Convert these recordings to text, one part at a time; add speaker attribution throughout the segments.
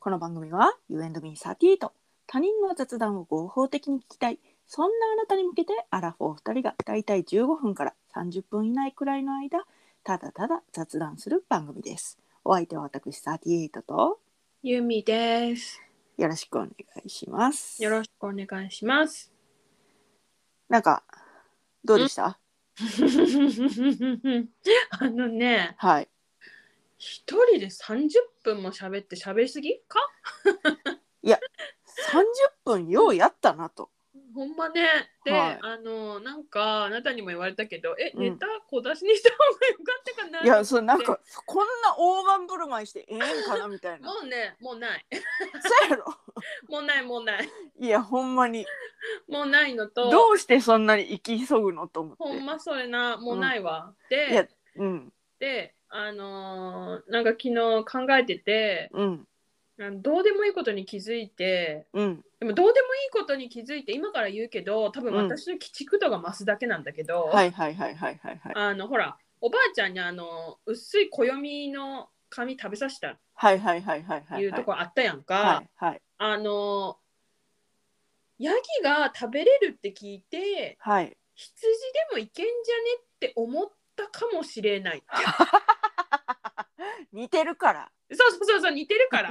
Speaker 1: この番組は You and me38 他人の雑談を合法的に聞きたいそんなあなたに向けてアラフォー2人がだいたい15分から30分以内くらいの間ただただ雑談する番組ですお相手は私38と
Speaker 2: ゆみです。
Speaker 1: よろしくお願いします
Speaker 2: よろしくお願いし ます。
Speaker 1: なんかどうでした
Speaker 2: あのね、
Speaker 1: はい
Speaker 2: 一人で三十分も喋って喋りすぎか？
Speaker 1: 30分ようやったなと
Speaker 2: ほんまね。で、
Speaker 1: はい
Speaker 2: あのなんかあなたにも言われたけど、え、
Speaker 1: うん
Speaker 2: ネタ小出しにした方がよかったかな。
Speaker 1: いやそれなんかこんな大盤振る舞いしてええんかなみたい な
Speaker 2: もうね、もうない、
Speaker 1: そうやろ
Speaker 2: もうない、もうない、
Speaker 1: いやほんまに
Speaker 2: もうないのと、
Speaker 1: どうしてそんなに生き急ぐのと思って
Speaker 2: ほんまそれな、もうないわ。
Speaker 1: いや
Speaker 2: で、
Speaker 1: うん
Speaker 2: で、あのーなんか昨日考えてて、
Speaker 1: うん
Speaker 2: あのどうでもいいことに気づいて。
Speaker 1: うん
Speaker 2: でもどうでもいいことに気づいて今から言うけど多分私の鬼畜度が増すだけなんだけど、
Speaker 1: はいはいはいはいはいはい
Speaker 2: あのほらおばあちゃんにあの薄い暦の紙食べさせた
Speaker 1: はいはいはいはいはい
Speaker 2: いうとこあったやんか、
Speaker 1: はいはい
Speaker 2: あのヤギが食べれるって聞いて
Speaker 1: はい
Speaker 2: 羊でもいけんじゃねって思ったかもしれない。
Speaker 1: 似てるから
Speaker 2: そうそうそうそう似てるから。え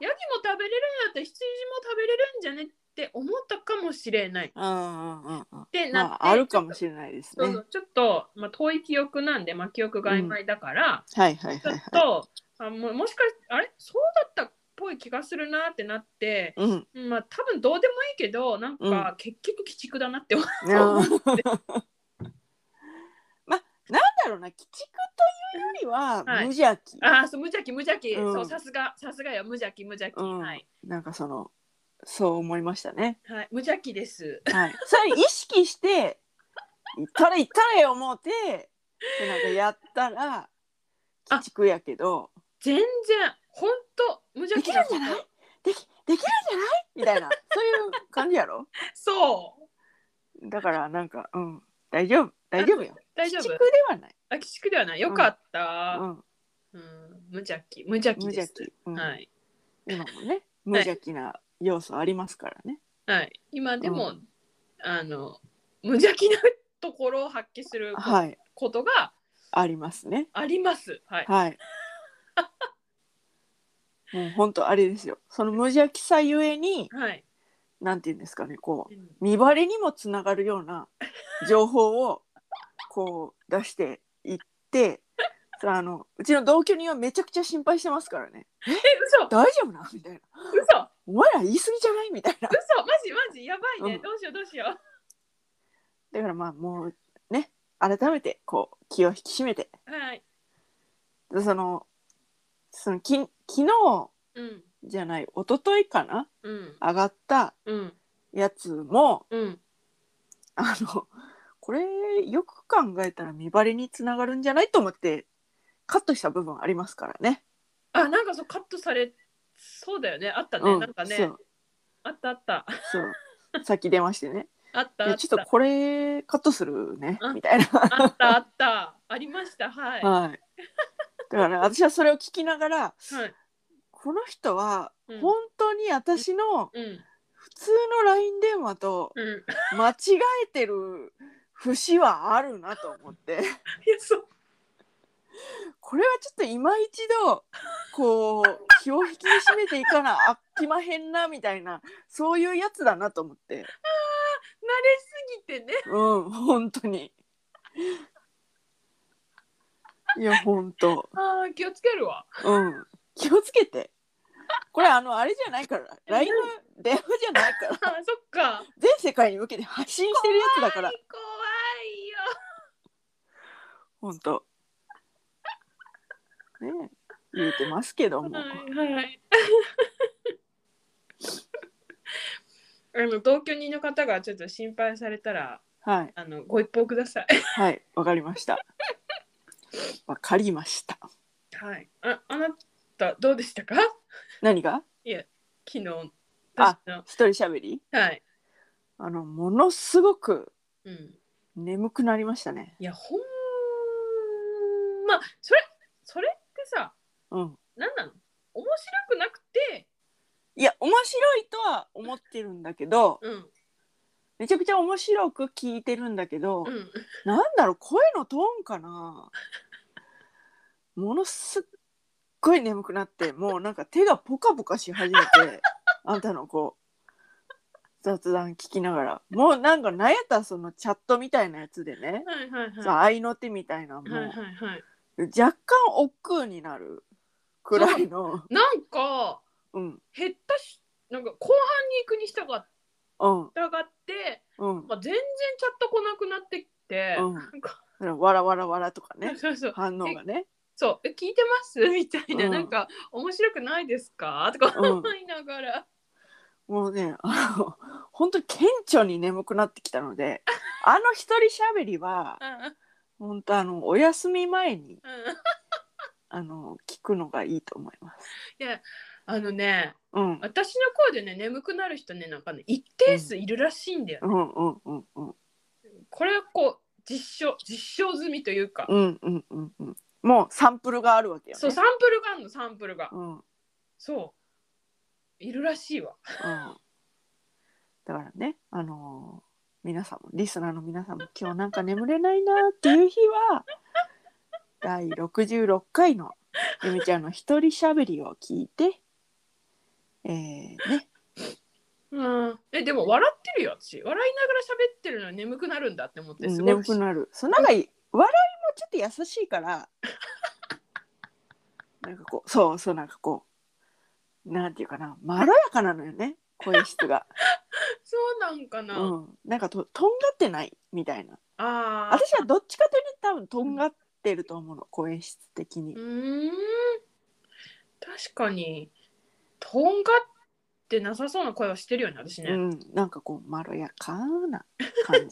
Speaker 2: ヤギも食べれるんだったら羊も食べれるんじゃねって思ったかもしれない。っ
Speaker 1: うんうんうんうん
Speaker 2: てなって、
Speaker 1: まああるかもしれないです
Speaker 2: そう
Speaker 1: ね
Speaker 2: そうちょっと、まあ、遠い記憶なんで、まあ、記憶が曖昧だから、
Speaker 1: はいはいはい
Speaker 2: ちょっ
Speaker 1: はい
Speaker 2: とあももしかしてあれそうだったっぽい気がするなってなって、
Speaker 1: うん
Speaker 2: うんまあ多分どうでもいいけどなん
Speaker 1: う
Speaker 2: か結局鬼畜だなって思う、
Speaker 1: うん まあなんだろうな鬼畜というよりは無
Speaker 2: はい
Speaker 1: 邪気
Speaker 2: ああそう無邪気無邪気、
Speaker 1: うん
Speaker 2: そうさすがさすがよ無邪気無邪気、
Speaker 1: うん
Speaker 2: はい、
Speaker 1: なんかそのそう思いましたね
Speaker 2: はい、無邪気です
Speaker 1: はい、それ意識して「行ったれ行ったれ」思うてでなんかやったら鬼畜やけど
Speaker 2: 全然ほんと無
Speaker 1: 「で
Speaker 2: 邪
Speaker 1: き
Speaker 2: 気
Speaker 1: る
Speaker 2: なん
Speaker 1: じゃない
Speaker 2: こと
Speaker 1: できできるんじゃない?」みたいなそういう感じやろ
Speaker 2: そう
Speaker 1: だからなんか「うん大丈夫大丈夫よ」
Speaker 2: 大丈夫
Speaker 1: 鬼畜ではない、
Speaker 2: あ鬼畜ではないよかった、
Speaker 1: う
Speaker 2: うん
Speaker 1: ん、
Speaker 2: 無邪気無邪気
Speaker 1: 無
Speaker 2: で
Speaker 1: 邪
Speaker 2: す
Speaker 1: 気、うん
Speaker 2: はい
Speaker 1: 今もね無邪気な要素ありますからね、
Speaker 2: はい、今でも、
Speaker 1: う
Speaker 2: あの無邪気なところを発揮する
Speaker 1: はい、
Speaker 2: ことが
Speaker 1: ありますね
Speaker 2: あります。はい、
Speaker 1: はい。もう本当あれですよその無邪気さゆえに
Speaker 2: はい、
Speaker 1: なんて言うんですかねこう
Speaker 2: うん
Speaker 1: 見バレにもつながるような情報をこう出していってそれあのうちの同居人はめちゃくちゃ心配してますからね
Speaker 2: え、嘘、嘘、
Speaker 1: 大丈夫なみたいな
Speaker 2: 嘘、マ
Speaker 1: お前ら言い過ぎじゃないみたいな
Speaker 2: ジ、マジ、やばいね、
Speaker 1: うん
Speaker 2: どうしよう、どうしよ
Speaker 1: だからまあもうね改めてこう気を引き締めて
Speaker 2: う。はい、
Speaker 1: でそのそのき昨日
Speaker 2: うん、
Speaker 1: じゃない一昨日かな
Speaker 2: うん、
Speaker 1: 上がった
Speaker 2: うん、
Speaker 1: やつも
Speaker 2: うん、
Speaker 1: あのこれよく考えたら見バレにつながるんじゃないと思ってカットした部分ありますからね。
Speaker 2: あ、なんかそう、カットされ。そうだよね、あったね、
Speaker 1: うん
Speaker 2: なんか
Speaker 1: そ
Speaker 2: ね
Speaker 1: う、
Speaker 2: あった、あった、
Speaker 1: そうさっき出まして ね
Speaker 2: あっ
Speaker 1: い
Speaker 2: た、あ
Speaker 1: や
Speaker 2: っ
Speaker 1: ちょったと、これカットするね
Speaker 2: うん
Speaker 1: みたいな
Speaker 2: あった、あった、ありました、はい、は
Speaker 1: はいだから私はそれを聞きながら
Speaker 2: い、
Speaker 1: この人は
Speaker 2: うん
Speaker 1: 本当に私の
Speaker 2: うん、
Speaker 1: 普通の LINE 電話と
Speaker 2: うん、い
Speaker 1: 間違えてる節はあるなと思って
Speaker 2: や、そう、
Speaker 1: これはちょっと今一度こう気を引き締めていかなあきまへんなみたいなそういうやつだなと思って
Speaker 2: 慣れすぎてね。
Speaker 1: うん本当にいや本当
Speaker 2: ああ、気をつけるわ。
Speaker 1: うん気をつけてこれあのあれじゃないから LINE の電話じゃないから
Speaker 2: あー、そっか。
Speaker 1: 全世界に向けて発信してるやつだから
Speaker 2: 怖い怖いよ
Speaker 1: 本当ねえ言うてますけども
Speaker 2: はいはい。 あの同居人の方がちょっと心配されたら
Speaker 1: はい
Speaker 2: あのご一報ください。
Speaker 1: はいわかりましたわかりました
Speaker 2: はい。ああなたどうでしたか？
Speaker 1: 何が
Speaker 2: 昨日。
Speaker 1: あ
Speaker 2: 私の
Speaker 1: 一人喋り
Speaker 2: はい。
Speaker 1: あのものすごく
Speaker 2: うん。
Speaker 1: 眠くなりましたね
Speaker 2: いやほんまそれそれってさ
Speaker 1: うん
Speaker 2: 何なの？面白くなくて
Speaker 1: 面白いとは思ってるんだけど
Speaker 2: うん
Speaker 1: めちゃくちゃ面白く聞いてるんだけど、
Speaker 2: うん
Speaker 1: なんだろう声のトーンかなものすっごい眠くなってもうなんか手がポカポカし始め てあんたのこう雑談聞きながらもうなんか何やったらそのチャットみたいなやつでね、
Speaker 2: はいはいはい
Speaker 1: さあ合いの手みたいなのも、
Speaker 2: はいはいはい
Speaker 1: 若干億劫になるくらいの
Speaker 2: なんか
Speaker 1: うん
Speaker 2: 減ったしなんか後半に行くにしたがっ
Speaker 1: うん
Speaker 2: たがって、
Speaker 1: うん
Speaker 2: まあ、全然チャット来なくなってきて、
Speaker 1: うん
Speaker 2: なんか
Speaker 1: わらわらわらとかね
Speaker 2: そうそう
Speaker 1: 反応がね
Speaker 2: そうえ聞いてますみたいな、
Speaker 1: うん
Speaker 2: なんか面白くないですかとか
Speaker 1: うん
Speaker 2: 思いながら、
Speaker 1: もうねあの 本当に顕著に眠くなってきたのであの一人しゃべりは
Speaker 2: うんうん
Speaker 1: 本当あのお休み前にあの聞くのがいいと思います。
Speaker 2: あのね
Speaker 1: うん
Speaker 2: 私の声でね眠くなる人ねなんかね一定数いるらしいんだよ、
Speaker 1: う
Speaker 2: ね
Speaker 1: んうんうんうん
Speaker 2: これはこう実証実証済みというか、
Speaker 1: うんうんうんうんもうサンプルがあるわけよ
Speaker 2: そう
Speaker 1: ね。
Speaker 2: サンプルがあるのサンプルが、
Speaker 1: うんうん
Speaker 2: そういるらしいわ
Speaker 1: だからねあのー皆さんもリスナーの皆さんも今日なんか眠れないなっていう日は第66回のゆみちゃんの一人しゃべりを聞いてえー、ね
Speaker 2: うん、えでも笑ってるよ私笑いながら喋ってるのに眠くなるんだって思ってすごい
Speaker 1: 眠くなるそうなんかい笑いもちょっと優しいからなんかこうそうそうなんかこうなんていうかなまろやかなのよね声質が、
Speaker 2: そうなんか
Speaker 1: う
Speaker 2: な、
Speaker 1: ん、なんかととんがってないみたいな
Speaker 2: ああ
Speaker 1: 私はどっちかというと多分とんがってると思うの声質的に
Speaker 2: う、ーん確かにとんがってなさそうな声はしてるよね私ね、
Speaker 1: うんなんかこうまろやかな 感じ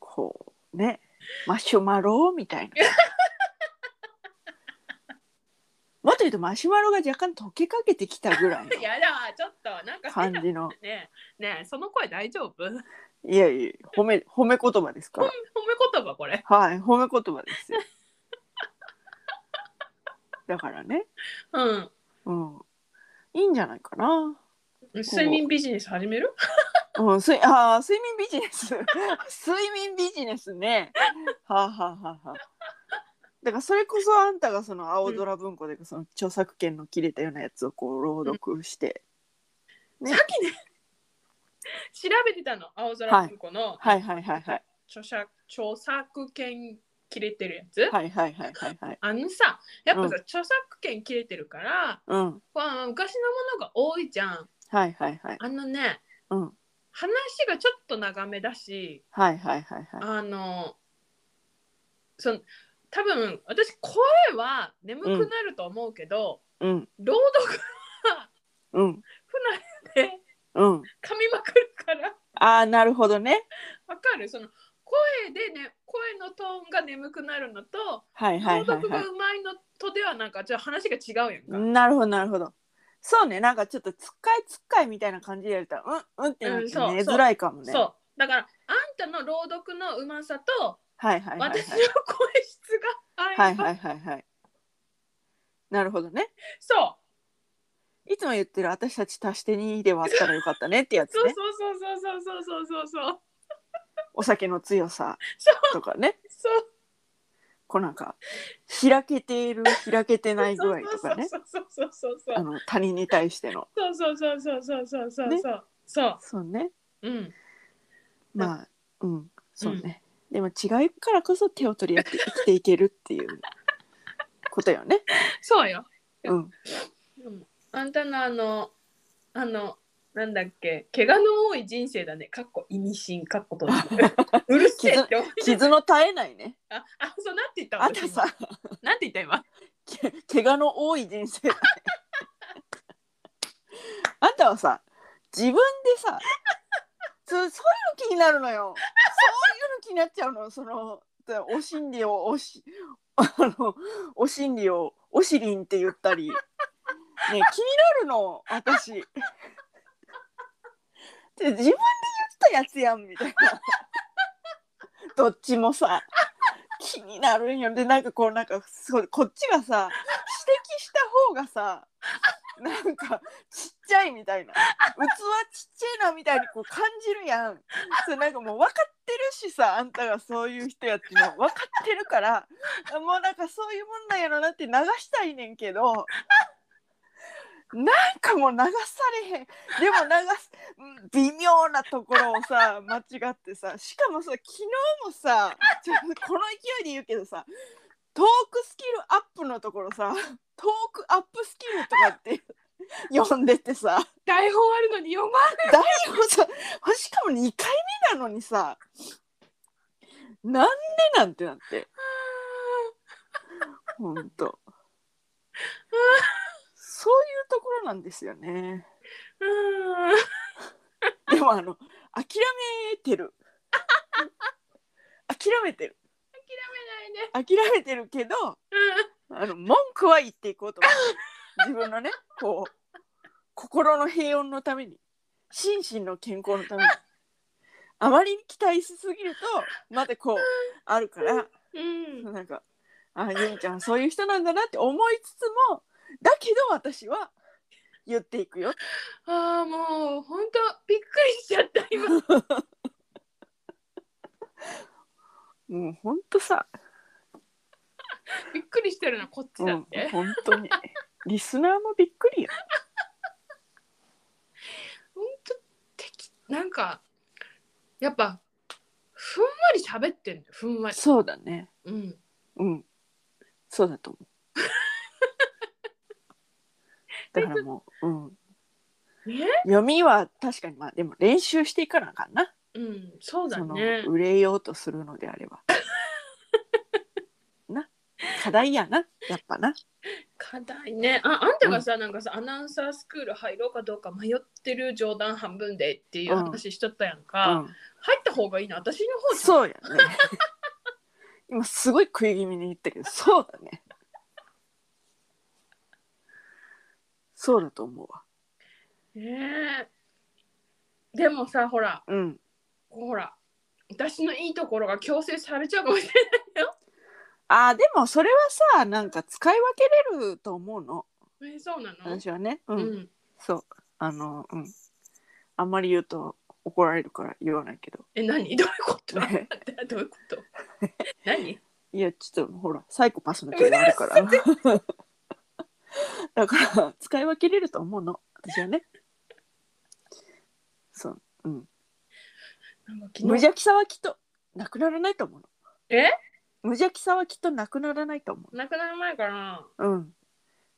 Speaker 1: こうねマシュマロみ たいなもっと言うとマシュマロが若干溶けかけてきたぐらいの
Speaker 2: やだちょっとなんか変
Speaker 1: 感
Speaker 2: な
Speaker 1: じの
Speaker 2: ねえねえその声大丈夫褒め
Speaker 1: いやいや褒め褒め言葉ですから
Speaker 2: 言葉これ
Speaker 1: はい褒め言葉です よだからね
Speaker 2: うん
Speaker 1: うんいいんじゃないかな
Speaker 2: 睡眠ビジネス始める
Speaker 1: うん、すい あー睡眠ビジネス 睡眠ビジネスねはあ、はあはあはあ、だからそれこそあんたがその青空文庫でその著作権の切れたようなやつをこう朗読して、ね
Speaker 2: さっきね調べてたの青
Speaker 1: は
Speaker 2: 空
Speaker 1: い
Speaker 2: 文庫の
Speaker 1: はいはいはいはい
Speaker 2: 著者、著作権切れてるやつ、
Speaker 1: はいはいはいはいはい
Speaker 2: あのさやっぱさ、著作権切れてるから
Speaker 1: うん
Speaker 2: まあ昔のものが多いじゃん
Speaker 1: はいはいはい
Speaker 2: あのね
Speaker 1: うん
Speaker 2: 話がちょっと長めだし
Speaker 1: はいはいはいはい
Speaker 2: あのその多分私声は眠くなると思うけど、
Speaker 1: うん
Speaker 2: 朗読は
Speaker 1: うん
Speaker 2: 不慣れで
Speaker 1: うん
Speaker 2: 噛みまくるから
Speaker 1: ああなるほどね
Speaker 2: わかるその声でね声のトーンが眠くなるのと
Speaker 1: はいはい
Speaker 2: 朗
Speaker 1: はい
Speaker 2: 読
Speaker 1: は
Speaker 2: がうまいのとではなんかちょっと話が違うやんか、
Speaker 1: いなるほどなるほどそうねなんかちょっとつっかいつっかいみたいな感じでやるとうんうんってなって
Speaker 2: うんそう
Speaker 1: 寝
Speaker 2: そう
Speaker 1: づらいかもね、
Speaker 2: そうだからあんたの朗読のうまさと
Speaker 1: はいはいはいはい
Speaker 2: 私の声質が合えば、
Speaker 1: はいはいはいはい。なるほどね。
Speaker 2: そう
Speaker 1: いつも言ってる私たち足して2で割ったらよかったねってやつ
Speaker 2: そう
Speaker 1: ね。
Speaker 2: そうそうそうそうそうそうそうそう
Speaker 1: お酒の強さとかね。
Speaker 2: そう
Speaker 1: こうなんか開けている開けてない具合とかね。
Speaker 2: そうそうそうそうそう
Speaker 1: あの他人に対しての。
Speaker 2: そうそうそうそうそうそうそうそう
Speaker 1: ね
Speaker 2: そう
Speaker 1: そうね。
Speaker 2: うん
Speaker 1: まあうんそうね。でも違いからこそ手を取り合って生きていけるっていうことよね。
Speaker 2: そうよ、
Speaker 1: うん。
Speaker 2: うん、あんたのあのあのなんだっけ怪我の多い人生だねかっこ意味深かっこと うるせえって思い
Speaker 1: 傷の絶えないね。
Speaker 2: ああそうなんて言った
Speaker 1: あんた
Speaker 2: 私
Speaker 1: さ、
Speaker 2: なんて言った今
Speaker 1: け怪我の多い人生だね あんたはさ自分でさそそういうの気になるのよそういうの気になっちゃうのそのだお心理をおしあのお心理をおしりんって言ったりね気になるの私で自分で言ったやつやんみたいなどっちもさ気になるんよでなんかこうなんかそうこっちがさ指摘した方がさなんかちっちゃいみたいな器ちっちゃいなみたいにこう感じるやんそれなんかもう分かってるしさあんたがそういう人やっていうの分かってるからもうなんかそういうもんなんやろなって流したいねんけどなんかもう流されへんでも流すうん微妙なところをさ間違ってさしかもさ昨日もさちょっとこの勢いで言うけどさトークスキルアップのところさトークアップスキルとかって呼んでてさ
Speaker 2: 台本あるのに読まん
Speaker 1: 大悟さんしかも2回目なのにさなんでなんてなってほんとそういうところなんですよね
Speaker 2: うーん
Speaker 1: でもあの諦めてる諦めてる諦めてるけどあの文句は言っていこうと思って自分のねこう心の平穏のために心身の健康のためにあまりに期待しすぎるとまたこうあるから
Speaker 2: 諦めないねうん
Speaker 1: なんかあゆみちゃんそういう人なんだなって思いつつもだけど私は言っていくよ
Speaker 2: ああもう本当びっくりしちゃった今
Speaker 1: もうほんとさ、
Speaker 2: びっくりしてるのはこっち
Speaker 1: う
Speaker 2: だ
Speaker 1: ん
Speaker 2: って、、
Speaker 1: 本当にリスナーもびっくりよ
Speaker 2: ほんと適なんかやっぱふんわり喋ってんのよふんわり
Speaker 1: そうだね
Speaker 2: うん
Speaker 1: うんそうだと 思うだからもううん
Speaker 2: ね
Speaker 1: 読みは確かにまあでも練習していかなあかんな
Speaker 2: うんそうだ
Speaker 1: その
Speaker 2: ね
Speaker 1: 売れようとするのであれ ばな課題やなやっぱな
Speaker 2: 課題ねああんたがさ、なんかさアナウンサースクール入ろうかどうか迷ってる冗談半分でっていう話しとったやんか、
Speaker 1: うん、
Speaker 2: 入った方がいいな私の方じゃん
Speaker 1: そうやね 今すごい食い気味に言ったけどそうだねそうだと思うわ
Speaker 2: ねえでもさほら
Speaker 1: うん
Speaker 2: ほら私のいいところが強制されちゃうかもしれない
Speaker 1: あーでもそれはさなんか使い分けれると思うの
Speaker 2: えそうなの、
Speaker 1: 私はねうん、
Speaker 2: うん、
Speaker 1: そうあのうんあんまり言うと怒られるから言わない けど
Speaker 2: え何どういうこと
Speaker 1: ね
Speaker 2: どういうこと何
Speaker 1: いやちょっとほらサイコパスの気があるから だから使い分けれると思うの私はねそう
Speaker 2: なんか
Speaker 1: 無
Speaker 2: 昨日
Speaker 1: 邪気さはきっとなくならないと思うの
Speaker 2: え
Speaker 1: 無邪気さはきっとなくならないと思う
Speaker 2: 亡くなる前かな
Speaker 1: うん、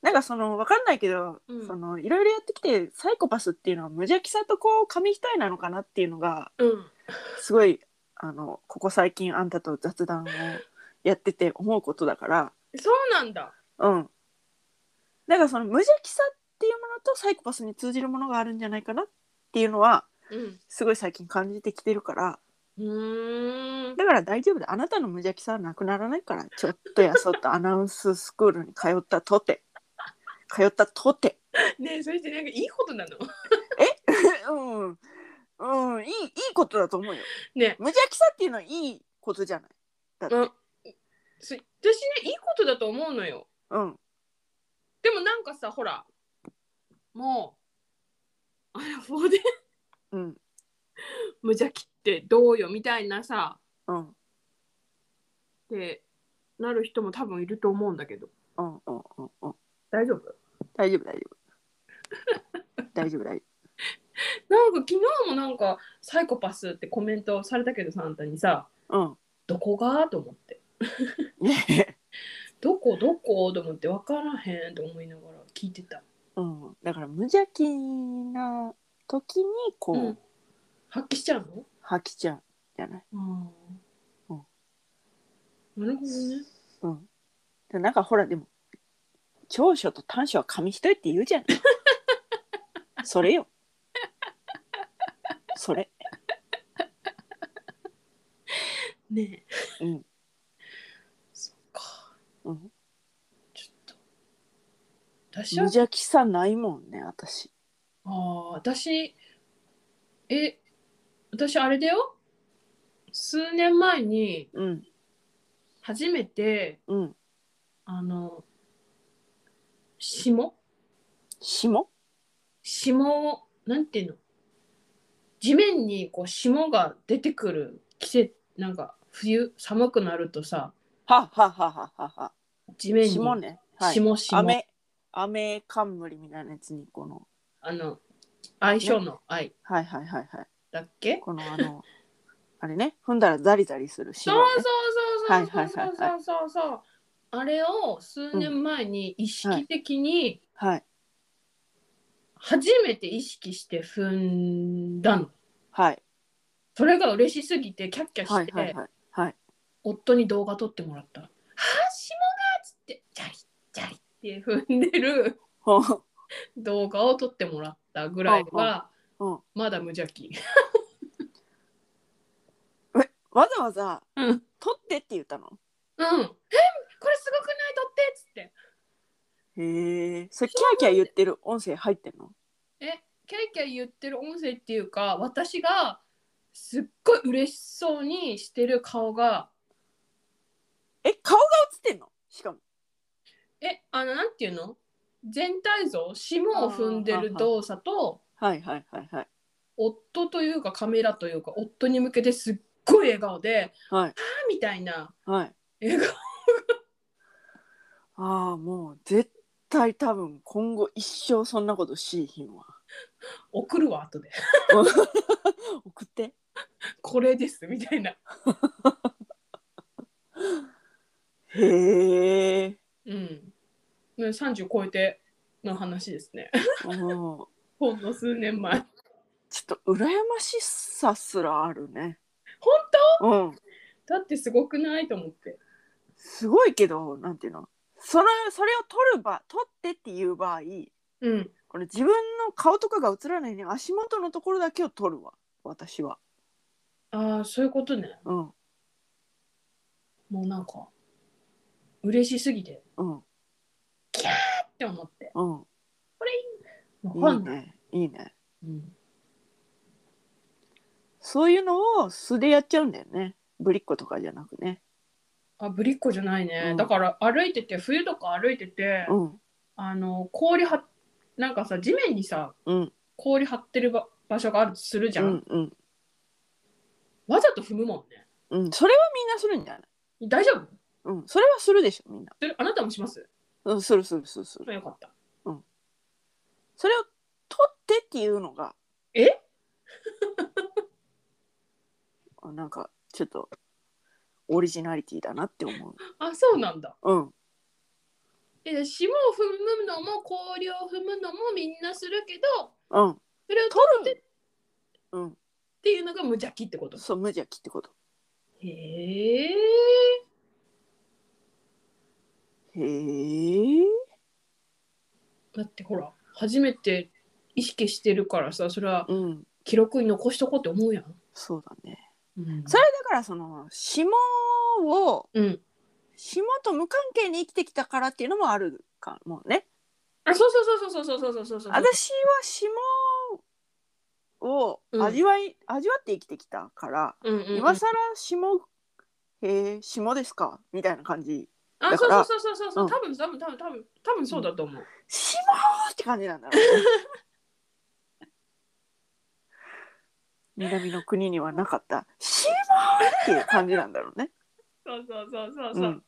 Speaker 1: なんかその分かんないけど、
Speaker 2: うん
Speaker 1: そのいろいろやってきてサイコパスっていうのは無邪気さとこう紙一重なのかなっていうのが
Speaker 2: うん
Speaker 1: すごいあのここ最近あんたと雑談をやってて思うことだから
Speaker 2: そうなんだ
Speaker 1: うんなんかその無邪気さっていうものとサイコパスに通じるものがあるんじゃないかなっていうのは
Speaker 2: うん
Speaker 1: すごい最近感じてきてるから
Speaker 2: うーん
Speaker 1: だから大丈夫だあなたの無邪気さはなくならないからちょっとやそっとアナウンススクールに通ったとて通ったとて
Speaker 2: ねえそれってなんかいいことなの
Speaker 1: うん、うん、いいいいことだと思うよ。
Speaker 2: ね
Speaker 1: 無邪気さっていうのはいいことじゃない。だって、
Speaker 2: うんそ私ねいいことだと思うのよ
Speaker 1: うん、
Speaker 2: でもなんかさほらもうあれフォーで
Speaker 1: うん、
Speaker 2: 無邪気ってどうよみたいなさ
Speaker 1: うん、
Speaker 2: ってなる人も多分いると思うんだけど
Speaker 1: うん、うん、うん、うん、
Speaker 2: 大丈夫
Speaker 1: 大丈夫、大丈夫。 大丈夫、大丈
Speaker 2: なんか昨日もなんかサイコパスってコメントされたけどさあんたにさ
Speaker 1: 夫。
Speaker 2: どこがと思って
Speaker 1: うん、いえいえ
Speaker 2: どこどこと思って分からへんと思いながら聞いてた
Speaker 1: うん、だから無邪気な時にこう、
Speaker 2: うん発揮しちゃうの
Speaker 1: 吐きちゃうんじゃない。
Speaker 2: う
Speaker 1: うんん、
Speaker 2: なるほどね
Speaker 1: うん。でなんかほら、でも。長所と短所は紙一重って言うじ ゃん。それよ。それ。
Speaker 2: ねえ
Speaker 1: うん、
Speaker 2: そっか
Speaker 1: うん。
Speaker 2: ちょっと私
Speaker 1: 無
Speaker 2: は
Speaker 1: 邪気さないもんね私
Speaker 2: ああ私え私あれだよ数年前に
Speaker 1: うん
Speaker 2: 初めて
Speaker 1: うん
Speaker 2: あの霜
Speaker 1: 霜
Speaker 2: 霜をなんていうの地面にこう霜が出てくる季節なんか冬寒くなるとさ
Speaker 1: はっはっはっはっはっは。
Speaker 2: 地面に
Speaker 1: 霜ね。はい。
Speaker 2: 霜霜
Speaker 1: 雨、雨冠みたいなやつに、この、
Speaker 2: あの相性の愛、
Speaker 1: はいはいはいはい。
Speaker 2: だっけ
Speaker 1: このあの、 あれね、踏んだらザリザリする
Speaker 2: そ
Speaker 1: 霜、
Speaker 2: う
Speaker 1: ね。
Speaker 2: そうそうそうそう
Speaker 1: はいはいはい
Speaker 2: そうそうそうあれを数年前に意識的に
Speaker 1: はい
Speaker 2: 初めて意識して踏んだの
Speaker 1: はい
Speaker 2: それが嬉しすぎてキャッキャ
Speaker 1: は
Speaker 2: し
Speaker 1: いはい
Speaker 2: て
Speaker 1: はい。はい。
Speaker 2: 夫に動画撮ってもらった「はあ霜が!」っつって「チャリチャリ」って踏んでる
Speaker 1: ほう
Speaker 2: 動画を撮ってもらったぐらいは
Speaker 1: うん。
Speaker 2: まだ無邪気。
Speaker 1: わざわざ
Speaker 2: うん、うん、え
Speaker 1: 取ってって言ったの。
Speaker 2: これすごくない撮ってっつって
Speaker 1: へえ。それキャーキャー言ってる音声入ってんの。
Speaker 2: キャイキャイ言ってる音声っていうか私がすっごい嬉しそうにしてる顔が
Speaker 1: え、顔が映ってんの。しかも。
Speaker 2: えあのなんていうの全体像霜を踏んでる動作と
Speaker 1: はいはいはいはい。
Speaker 2: 夫というかカメラというか夫に向けてすっごい笑顔で
Speaker 1: はい
Speaker 2: 「あ」みたいな
Speaker 1: はい。
Speaker 2: 笑顔
Speaker 1: ああ、もう絶対多分今後一生そんなことしいひんわ。
Speaker 2: 送るわ後で
Speaker 1: 送って。
Speaker 2: 「これです」みたいな、
Speaker 1: へえ。
Speaker 2: うん、ね30超えての話ですね
Speaker 1: うん
Speaker 2: ほんの数年前
Speaker 1: ちょっと羨ましさすらあるね。
Speaker 2: 本
Speaker 1: うん。
Speaker 2: 当だってすごくないと思って
Speaker 1: すごいけど、なんていうの。その、それを取る場、取ってっていう場合。
Speaker 2: うん
Speaker 1: これ自分の顔とかが映らないように足元のところだけを取るわ。私は。
Speaker 2: ああそういうことね
Speaker 1: うん。
Speaker 2: もうなんか嬉しすぎて
Speaker 1: うん。
Speaker 2: って思って
Speaker 1: うん。
Speaker 2: もう
Speaker 1: いい
Speaker 2: 本来、
Speaker 1: ね。いいね。
Speaker 2: うん、
Speaker 1: そういうのを素でやっちゃうんだよね。ぶりっ子とかじゃなくね。
Speaker 2: あぶりっ子じゃないね、
Speaker 1: うん
Speaker 2: だから歩いてて冬とか歩いてて、
Speaker 1: うん。
Speaker 2: あの氷はなんかさ地面にさ
Speaker 1: うん。
Speaker 2: 氷張ってるば場所があるとするじ
Speaker 1: う
Speaker 2: ゃん、
Speaker 1: ん。うん。
Speaker 2: わざと踏むもんね
Speaker 1: うん。それはみんなするんじゃない。
Speaker 2: 大丈夫
Speaker 1: うん。それはするでしょ。みんな。
Speaker 2: それあなたもします
Speaker 1: うん。するするするする。
Speaker 2: よかった
Speaker 1: それを取ってっていうのが。
Speaker 2: え。
Speaker 1: あなんかちょっと。オリジナリティだなって思う。
Speaker 2: あそうなんだ
Speaker 1: うん。
Speaker 2: え霜を踏むのも氷を踏むのもみんなするけど
Speaker 1: うん。
Speaker 2: それを取
Speaker 1: 取
Speaker 2: る
Speaker 1: る。うん。
Speaker 2: っていうのが無邪気ってこと
Speaker 1: そう、無邪気ってこと。
Speaker 2: へえ
Speaker 1: へえ。
Speaker 2: だってほら初めて意識してるからさそれは
Speaker 1: うん。
Speaker 2: 記録に残しとこうって思うやん。
Speaker 1: そうだね。
Speaker 2: うん
Speaker 1: それだから、その霜を。
Speaker 2: うん、
Speaker 1: 霜と無関係に生きてきたからっていうのもあるかもね。
Speaker 2: あそうそうそうそうそうそうそうそうそうそう
Speaker 1: 私は霜を味わい、味わって生きてきたから、
Speaker 2: うんうんうん
Speaker 1: 今更霜へえ霜ですかみたいな感じ
Speaker 2: あ
Speaker 1: だ
Speaker 2: そ
Speaker 1: か
Speaker 2: うそ
Speaker 1: ら
Speaker 2: うそうそうそう
Speaker 1: うん
Speaker 2: 多分多分多分多分多分そうだと思う。
Speaker 1: 霜って感じなんだろうね 南の国にはなかった霜っていう感じなんだろうね。
Speaker 2: そうそうそうそう
Speaker 1: う
Speaker 2: そ
Speaker 1: ん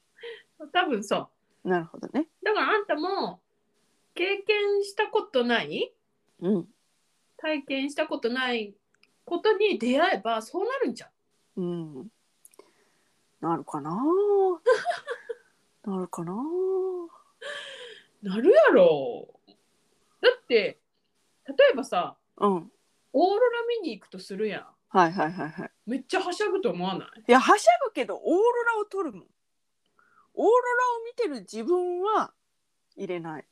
Speaker 2: う、、多分そう。
Speaker 1: なるほどね。
Speaker 2: だからあんたも経験したことない
Speaker 1: うん
Speaker 2: 体験したことないことに出会えばそうなるんじゃん。
Speaker 1: うん、なるかななるかな
Speaker 2: なるやろう。だって例えばさ
Speaker 1: うん
Speaker 2: オーロラ見に行くとするやん。
Speaker 1: はいはいはいはい
Speaker 2: めっちゃはしゃぐと思わない
Speaker 1: いやはしゃぐけどオーロラを撮るもんオーロラを見てる自分は入れない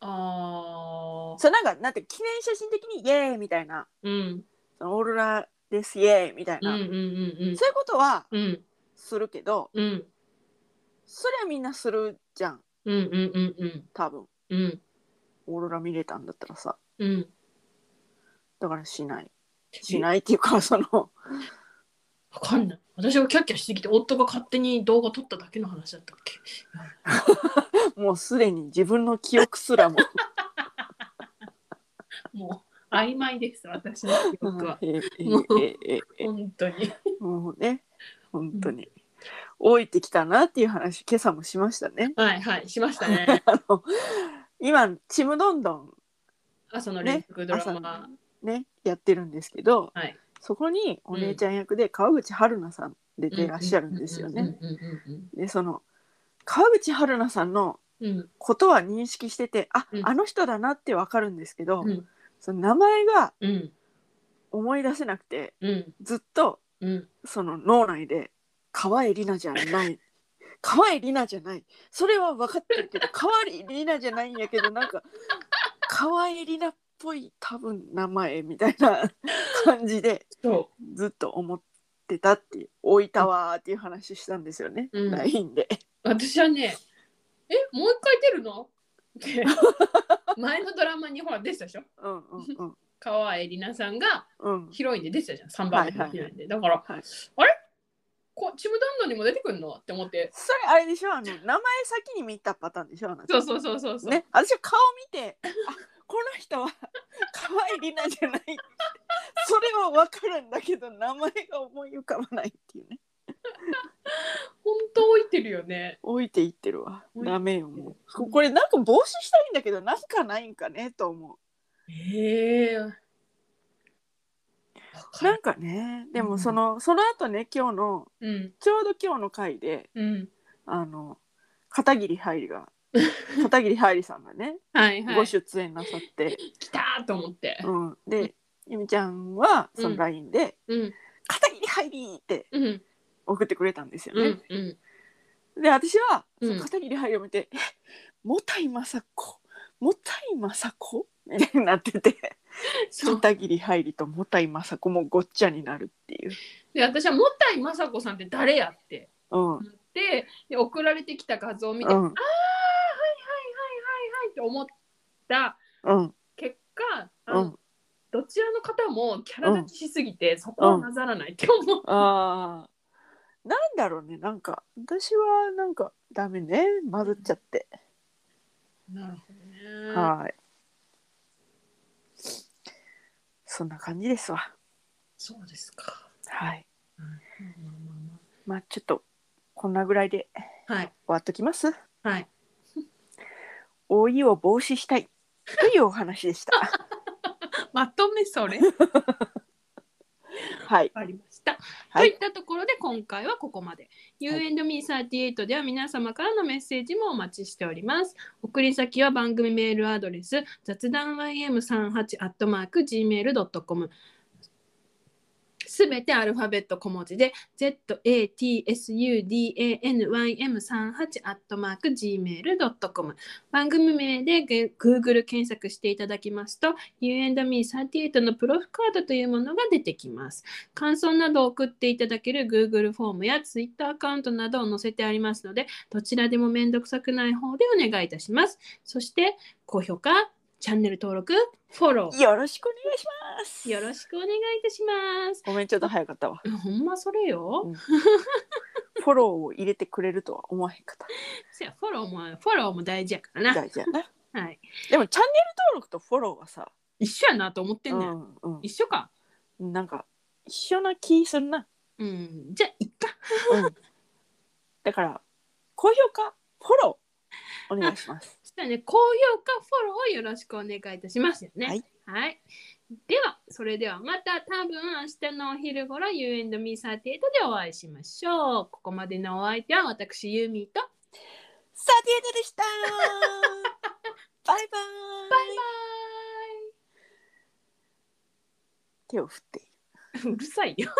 Speaker 2: あー
Speaker 1: そうなんかなんて記念写真的にイエーイみたいな
Speaker 2: うん
Speaker 1: そのオーロラですイエーイみたい
Speaker 2: うん
Speaker 1: な、
Speaker 2: うんうん
Speaker 1: そういうことは
Speaker 2: うんうん
Speaker 1: するけど
Speaker 2: うん
Speaker 1: それはみんなするじゃん
Speaker 2: うんうんうんうん
Speaker 1: 多分
Speaker 2: うん
Speaker 1: オーロラ見れたんだったらさ
Speaker 2: うん
Speaker 1: だからしないしないっていうかその
Speaker 2: わかんない私がキャッキャしてきて夫が勝手に動画撮っただけの話だったっけ
Speaker 1: もうすでに自分の記憶す らも
Speaker 2: もう曖昧です私の記憶は
Speaker 1: えええええええ
Speaker 2: 本当に
Speaker 1: もうね本当に老いてきたなっていう話今朝もしましたね。
Speaker 2: はいはいしました ね
Speaker 1: あの今ちむどんどん
Speaker 2: 朝の連
Speaker 1: ね
Speaker 2: 続ドラ
Speaker 1: 朝
Speaker 2: マ、
Speaker 1: のねやってるんですけど、
Speaker 2: はい
Speaker 1: そこにお姉ちゃん役で川口春奈さん出てらっしゃるんですよね。
Speaker 2: うんうん
Speaker 1: でその川口春奈さんの
Speaker 2: うんうん
Speaker 1: ことは認識しててあ、
Speaker 2: うん
Speaker 1: あの人だなってわかるんですけど、
Speaker 2: うん
Speaker 1: その名前が
Speaker 2: うん
Speaker 1: 思い出せなくて
Speaker 2: うん
Speaker 1: ずっと
Speaker 2: うん
Speaker 1: その脳内で「川井里奈じゃない」「川井里奈じゃない」それは分かってるけど「川井里奈じゃないんやけどなんか川井里奈っぽい多分名前みたいな感じで
Speaker 2: そ
Speaker 1: ずっと思ってたっていう「置いたわ」っていう話したんですよね、
Speaker 2: うん
Speaker 1: LINE で。
Speaker 2: う私はねえもう一回出るのって前のドラマにほら出てたでしょ
Speaker 1: うんうんうん
Speaker 2: 川栄里奈さんが
Speaker 1: うん
Speaker 2: ヒロインで出てたじゃん3番目のヒロインで、だから、
Speaker 1: はい
Speaker 2: あれこちむどんどんにも出てくるのって思って
Speaker 1: それあれでしょあの名前先に見たパターンでしょあなた
Speaker 2: そうそうそうそうそう、
Speaker 1: ね、私は顔見てあこの人は 可愛いりなじゃないそれは分かるんだけど名前が思い浮かばないっていうね
Speaker 2: ほんと置いてるよね
Speaker 1: 置いていってるわ
Speaker 2: 置いていってる
Speaker 1: ダメよもうここれなんか防止したいんだけどなんかないんかねと思
Speaker 2: へえ
Speaker 1: うなんかねでもその、その後ね今日の
Speaker 2: うん
Speaker 1: ちょうど今日の回で
Speaker 2: うん
Speaker 1: あの片桐はいり が片桐はいりさんがね
Speaker 2: はいは
Speaker 1: ご
Speaker 2: い来
Speaker 1: 出演なさって、
Speaker 2: たーと思って
Speaker 1: うん、でゆみちゃんはその LINE で
Speaker 2: うん
Speaker 1: 「片桐はいり!」って
Speaker 2: うん
Speaker 1: 送ってくれたんですよ
Speaker 2: う
Speaker 1: ね
Speaker 2: ん。うん
Speaker 1: で私は、
Speaker 2: うん
Speaker 1: その片桐はいを見てえ「もたいまさこもたいまさ こ」みたいになってて
Speaker 2: そう
Speaker 1: 片桐はいりともたいまさこもごっちゃになるっていう。
Speaker 2: で私は「もったいまさこさんって誰や?」って
Speaker 1: うん
Speaker 2: 思ってで送られてきた画像を見て「
Speaker 1: う
Speaker 2: あーはいはい
Speaker 1: ん
Speaker 2: はいはい」って思った
Speaker 1: うん
Speaker 2: 結果あ
Speaker 1: う
Speaker 2: の、
Speaker 1: ん
Speaker 2: どちらの方もキャラ立ちしすぎて、そこは混ざらないって思う、
Speaker 1: あーなんだろうねなんか私はなんかダメね混ざっちゃって、
Speaker 2: なるほどね
Speaker 1: はいそんな感じですわ
Speaker 2: そうですか、
Speaker 1: はい
Speaker 2: まあまあま
Speaker 1: まあちょっとこんなぐらいで終
Speaker 2: あはい
Speaker 1: わっときます
Speaker 2: はい
Speaker 1: 老いを防止したいというお話で した。
Speaker 2: まとめそれわ
Speaker 1: はい、
Speaker 2: かりました、
Speaker 1: はい
Speaker 2: といったところで今回はここまで U&Me38 では皆様からのメッセージもお待ちしております送り先は番組メールアドレス雑談 ym38-gmail.com すべてアルファベット小文字で zatsudanym38-gmail.com 番組名でげ Google 検索していただきますと U&Me38 のプロフカードというものが出てきます。感想などを送っていただける Google フォームや Twitter アカウントなどを載せてありますのでどちらでもめんどくさくない方でお願いいたします。そして高評価、チャンネル登録、フォロー
Speaker 1: よろしくお願いします。
Speaker 2: よろしくお願いいたします。
Speaker 1: ごめん、ちょっと早かったわ。
Speaker 2: うんほんまそれよ。
Speaker 1: フォローを入れてくれるとは思わへんかっ
Speaker 2: せやフォローもフォローも大事やから
Speaker 1: た。
Speaker 2: な。
Speaker 1: 大事やな。
Speaker 2: はい。
Speaker 1: でも、チャンネル登録とフォローはさ。
Speaker 2: 一緒やなと思って
Speaker 1: うん
Speaker 2: ね、ん。
Speaker 1: ん、う
Speaker 2: 一緒か。
Speaker 1: ん、なんか一緒な気するな。
Speaker 2: うん。じゃあいっか。
Speaker 1: うん。だから、高評価、フォロー。お願いし ます。
Speaker 2: そしたらね高評価フォローをよろしくお願いいたしますよね。
Speaker 1: はい。
Speaker 2: はい。ではそれではまた多分明日のお昼頃 You and me38 でお会いしましょう。ここまでのお相手は私ユーミーと
Speaker 1: サディエドでした。 バイバイ。
Speaker 2: バイ
Speaker 1: 手を振って。
Speaker 2: バイ。うるさいよ。